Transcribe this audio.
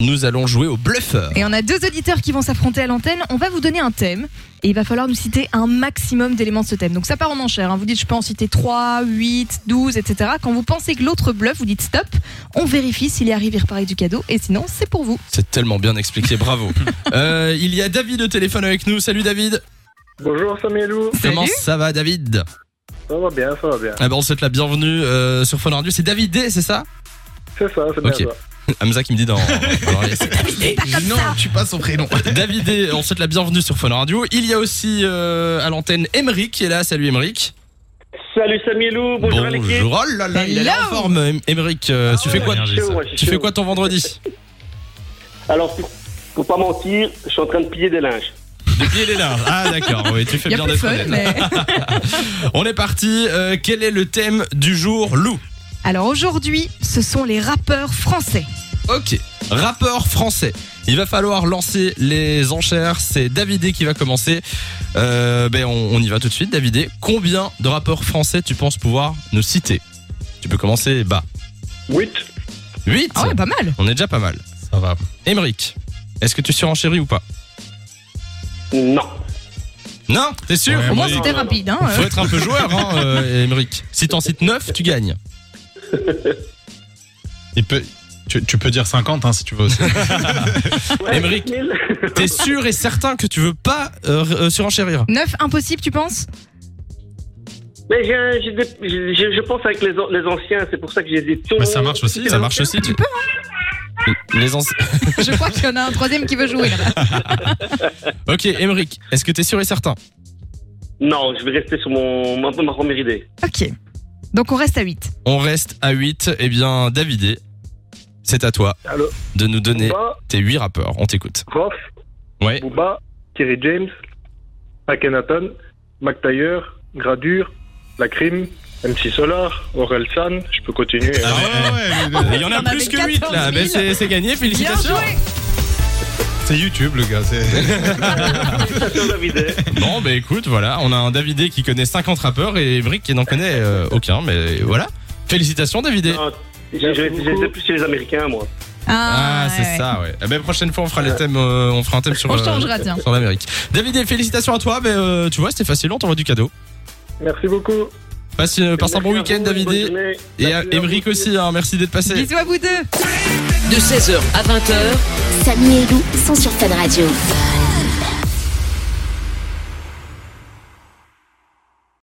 Nous allons jouer au bluffeur. Et on a deux auditeurs qui vont s'affronter à l'antenne. On va vous donner un thème et il va falloir nous citer un maximum d'éléments de ce thème. Donc ça part en enchère. hein. Vous dites je peux en citer 3, 8, 12, etc. Quand vous pensez que l'autre bluffe, vous dites stop. On vérifie s'il est arrivé reparler du cadeau et sinon c'est pour vous. C'est tellement bien expliqué, bravo. Euh, il y a David au téléphone avec nous. Salut David. Bonjour Samuelou, Comment Salut. ça va David ça va bien, ça va bien. ah ben, On souhaite la bienvenue euh, sur Fun Radio. C'est David D, c'est ça C'est ça, c'est bien Ok. ça. Hamza qui Ah, me dit dans... dans l'oreille, c'est- Non, tu suis pas son prénom. David D, on souhaite la bienvenue sur Fun Radio. Il y a aussi euh, à l'antenne Emeric qui est là. Salut Emeric. Salut Samuelou, bonjour, à l'équipe. Oh là là, il est en Hello. forme. Em- Emeric, euh, tu fais quoi Je suis chaud, ouais, je suis Tu fais chaud. quoi ton vendredi Alors, pour, pour pas mentir, je suis en train de piller des linges. Depuis il est là. Ah d'accord, oui, tu fais Il y a bien plus de d'être fun, honnête. mais... On est parti. Euh, quel est le thème du jour, Lou Alors aujourd'hui, ce sont les rappeurs français. Ah Ok, rappeur français. Il va falloir lancer les enchères. C'est Davidé qui va commencer. Euh, ben on, on y va tout de suite, Davidé. Combien de rappeurs français tu penses pouvoir nous citer Tu peux commencer bas. 8 8 Ah ouais, pas mal. On est déjà pas mal. Ça va. Emeric, est-ce que tu surenchéris ou pas Non. Non, t'es sûr Ouais, Au moins oui. c'était rapide. Hein, Faut être un peu joueur, hein, euh, Emeric. Si t'en cites 9, tu gagnes. Il peut, tu, tu peux dire 50 hein, si tu veux. aussi. Émeric. mille. T'es sûr et certain que tu veux pas euh, euh, surenchérir 9 impossible tu penses Mais j'ai- j'ai des- j'ai- je je pense avec les, an- les anciens, c'est pour ça que j'hésite. Mais ça marche aussi. Ça marche aussi, tu peux. Les ans- Je crois qu'il y en a un troisième qui veut jouer là. Ok, Emeric, est-ce que t'es sûr et certain Non, je vais rester sur mon, ma, ma première idée. Ok. Donc on reste à 8. On reste à 8. Eh bien, Davidé, c'est à toi Allô de nous donner Booba, tes 8 rappeurs. On t'écoute. Rof, Ouais. Booba, Kerry James, Akhenaton, McTayer, Gradure, La Crime, MC Solar, Aurel San, je peux continuer. hein. Ah ouais, ouais, ouais, ouais. Il y en a On avait plus que 8 là. 14 000. Ben, c'est c'est gagné, Bien félicitations. joué C'est YouTube, le gars. c'est- Félicitations, David. Bon, bah écoute, voilà. On a un Davidé qui connaît 50 rappeurs et Emeric qui n'en connaît euh, aucun. Mais voilà. Félicitations, Davidé. Non, Je je- je les ai plus chez les Américains, moi. Ah, c'est ouais. ça, ouais. Eh ben, prochaine fois, on fera les thèmes, euh, on fera un thème sur, On euh, changera, tiens. sur l'Amérique. Davidé, félicitations à toi. Ben, euh, tu vois, c'était facile. On t'envoie du cadeau. Merci beaucoup. Passe, euh, passe un bon week-end, Davidé. Et à Emeric aussi, hein, merci d'être passé. Bisous à vous deux de 16h à 20h. Samy et Lou sont sur Fan Radio.